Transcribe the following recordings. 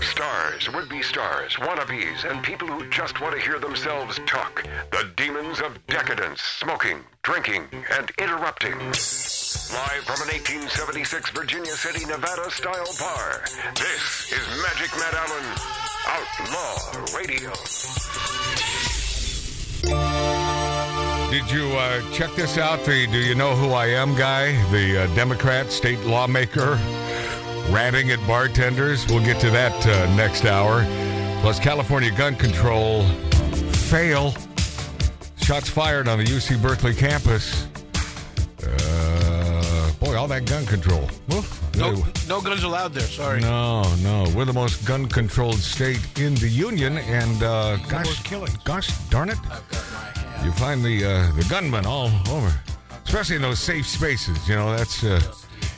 stars, would be stars, wannabes, and people who just want to hear themselves talk. The demons of decadence, smoking, drinking, and interrupting. Live from an 1876 Virginia City, Nevada style bar, this is Magic Matt Allen, Outlaw Radio. Did you uh, check this out? The Do You Know Who I Am guy, the uh, Democrat state lawmaker, ranting at bartenders? We'll get to that uh, next hour. Plus, California gun control fail. Shots fired on the UC Berkeley campus. Uh, boy, all that gun control. Woof. No, no guns allowed there. Sorry. No, no. We're the most gun controlled state in the union, and uh, gosh, most killings. gosh darn it. I've got my hand. You find the uh, the gunman all over, especially in those safe spaces. You know, that's. Uh,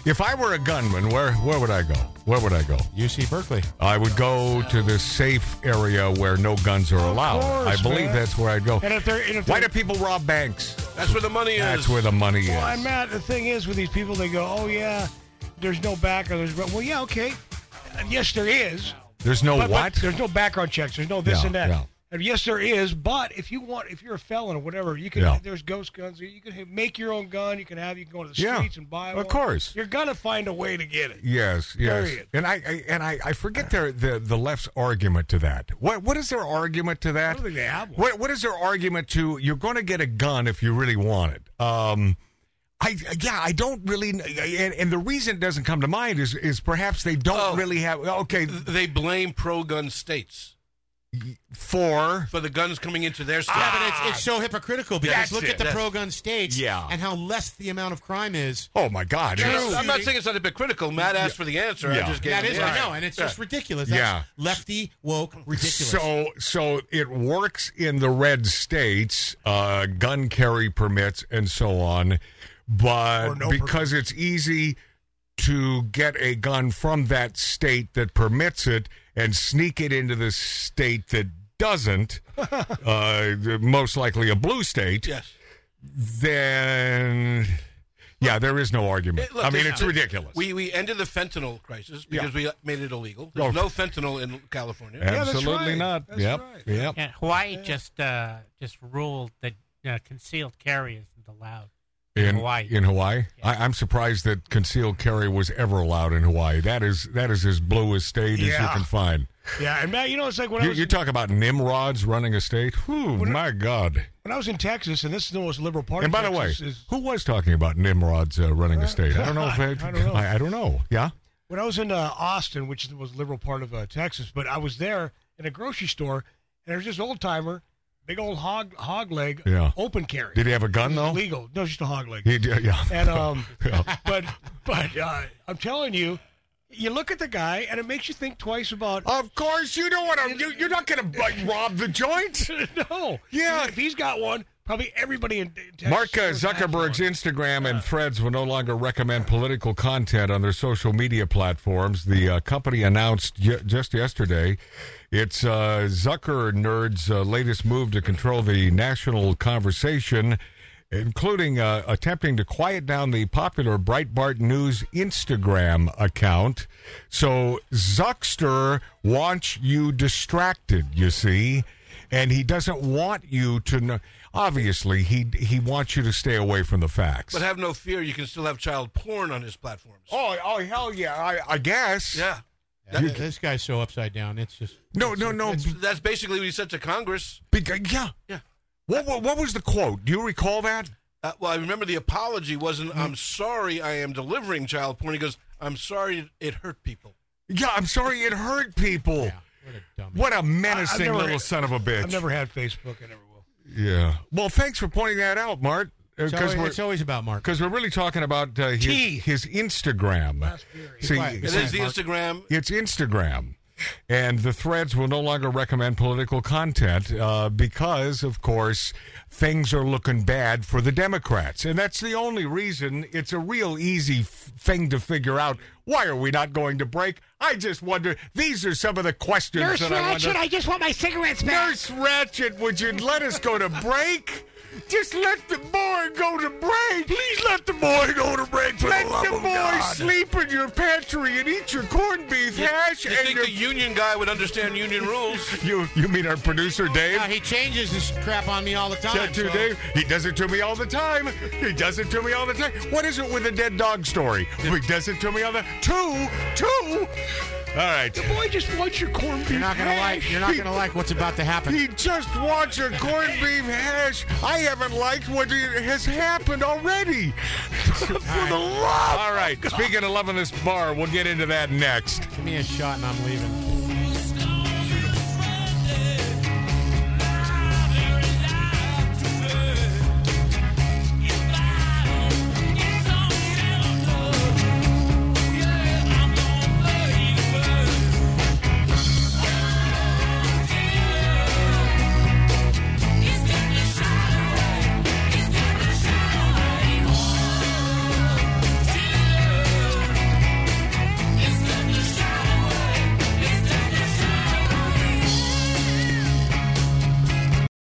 if I were a gunman, where where would I go? Where would I go? UC Berkeley. I would go to the safe area where no guns are allowed. course, I believe man. that's where I'd go. And if they're, and if Why do they're, people rob banks? That's where the money That's is. where the money is. well, I'm Matt. The thing is with these people, they go, "Oh yeah, there's no back or there's well, yeah, okay, Uh, yes there is, There's no but, but what? there's no background checks, there's no this Yeah, and that." yeah. And yes, there is, but if you want, if you're a felon or whatever, you can. Yeah. There's ghost guns. You can ha- make your own gun. You can have. You can go to the Yeah, streets and buy of one. course. you're gonna find a way to get it. Yes, yes, Period. and I, I and I, I forget their the, the left's argument to that. What what is their argument to that? I don't think they have one. What what is their argument to you're going to get a gun if you really want it? Um, I yeah, I don't really, kn- and, and the reason it doesn't come to mind is is perhaps they don't Oh. really have okay They blame pro-gun states for for the guns coming into their state. Yeah, but it's, it's so hypocritical because That's look it. at the That's- pro gun states Yeah. and how less the amount of crime is. oh my god, I'm it's- not- I'm not saying it's not hypocritical. Matt asked for the answer. Yeah. I just gave That him is, the I answer. know, and it's just ridiculous. Yeah. That's lefty, woke, ridiculous. So, so it works in the red states, uh, gun carry permits and so on, but Or no because it's easy to get a gun from that state that permits it and sneak it into the state that doesn't, uh, most likely a blue state, Yes. then yeah, there is no argument. It- look, I mean, this- it's ridiculous. We we ended the fentanyl crisis because we made it illegal. Oh. There's no fentanyl in California. that's Absolutely right. not. That's yep. right. Yep. Yeah, Hawaii just uh, just ruled that uh, concealed carry isn't allowed in, Hawaii. In Hawaii, I, I'm surprised that concealed carry was ever allowed in Hawaii. That is that is as blue a state as you Yeah. can find. Yeah, and Matt, you know, it's like when I You, was you talk about nimrods running a state. Whew, my God! when I was in Texas, and this is the most liberal part. And of by the way, Texas is- who was talking about nimrods uh, running a state? I don't know if it, I don't know. I, I don't know. Yeah, when I was in uh, Austin, which is the most liberal part of uh, Texas, but I was there in a grocery store, and there's this old timer, big old hog hog leg, Yeah. open carry. did he have a gun It was though? Legal? No, just a hog leg. He did, yeah. And um, Yeah. but but uh, I'm telling you, you look at the guy, and it makes you think twice about. Of course, you don't want to. You, you're not going to like, rob the joint. no, Yeah. if he's got one, probably everybody in Texas. Mark uh, has Zuckerberg's one. Instagram and threads will no longer recommend political content on their social media platforms. The uh, company announced y- just yesterday it's uh, Zucker Nerd's uh, latest move to control the national conversation, including uh, attempting to quiet down the popular Breitbart News Instagram account. So, Zuckster wants you distracted, you see and he doesn't want you to know. Obviously, he he wants you to stay away from the facts. But have no fear. You can still have child porn on his platforms. oh, oh, hell yeah! I, I guess. Yeah. Yeah, this guy's so upside down. It's just No, no, no. It's- That's basically what he said to Congress. Because, yeah. Yeah. What, what what was the quote? Do you recall that? Uh, well, I remember the apology Mm. wasn't, I'm sorry I am delivering child porn. He goes, I'm sorry it hurt people. Yeah, I'm sorry it hurt people. yeah, what a dummy. What a menacing I've never- little son of a bitch. I've never had Facebook. I never will. yeah. Well, thanks for pointing that out, Mart. It's Because always, we're it's always about Mark. because we're really talking about uh, Tea. his, his Instagram. See, Goodbye. It It's is the Mark. Instagram. It's Instagram. And the threads will no longer recommend political content uh, because, of course, things are looking bad for the Democrats. And that's the only reason it's a real easy f- thing to figure out. Why are we not going to break? I just wonder. These are some of the questions that I wonder. just want my cigarettes Nurse Ratchet, would you let us go to break? Just let the boy go to break. Please let the boy go to break. for the let love the of boy God. sleep in your pantry and eat your corned beef hash You and think your. the union guy would understand union rules? You you mean our producer Dave? Now, Uh, he changes his crap on me all the time. That too, so- Dave. He does it to me all the time. He does it to me all the time. What is it with the dead dog story? He does it to me all the two, two. All right. The boy just wants your corned beef. You're not gonna like. You're not gonna like what's about to happen. He just wants a corned beef hash. I haven't liked what i- has happened already. For the love. All right. Speaking of loving this bar, we'll get into that next. Give me a shot and I'm leaving.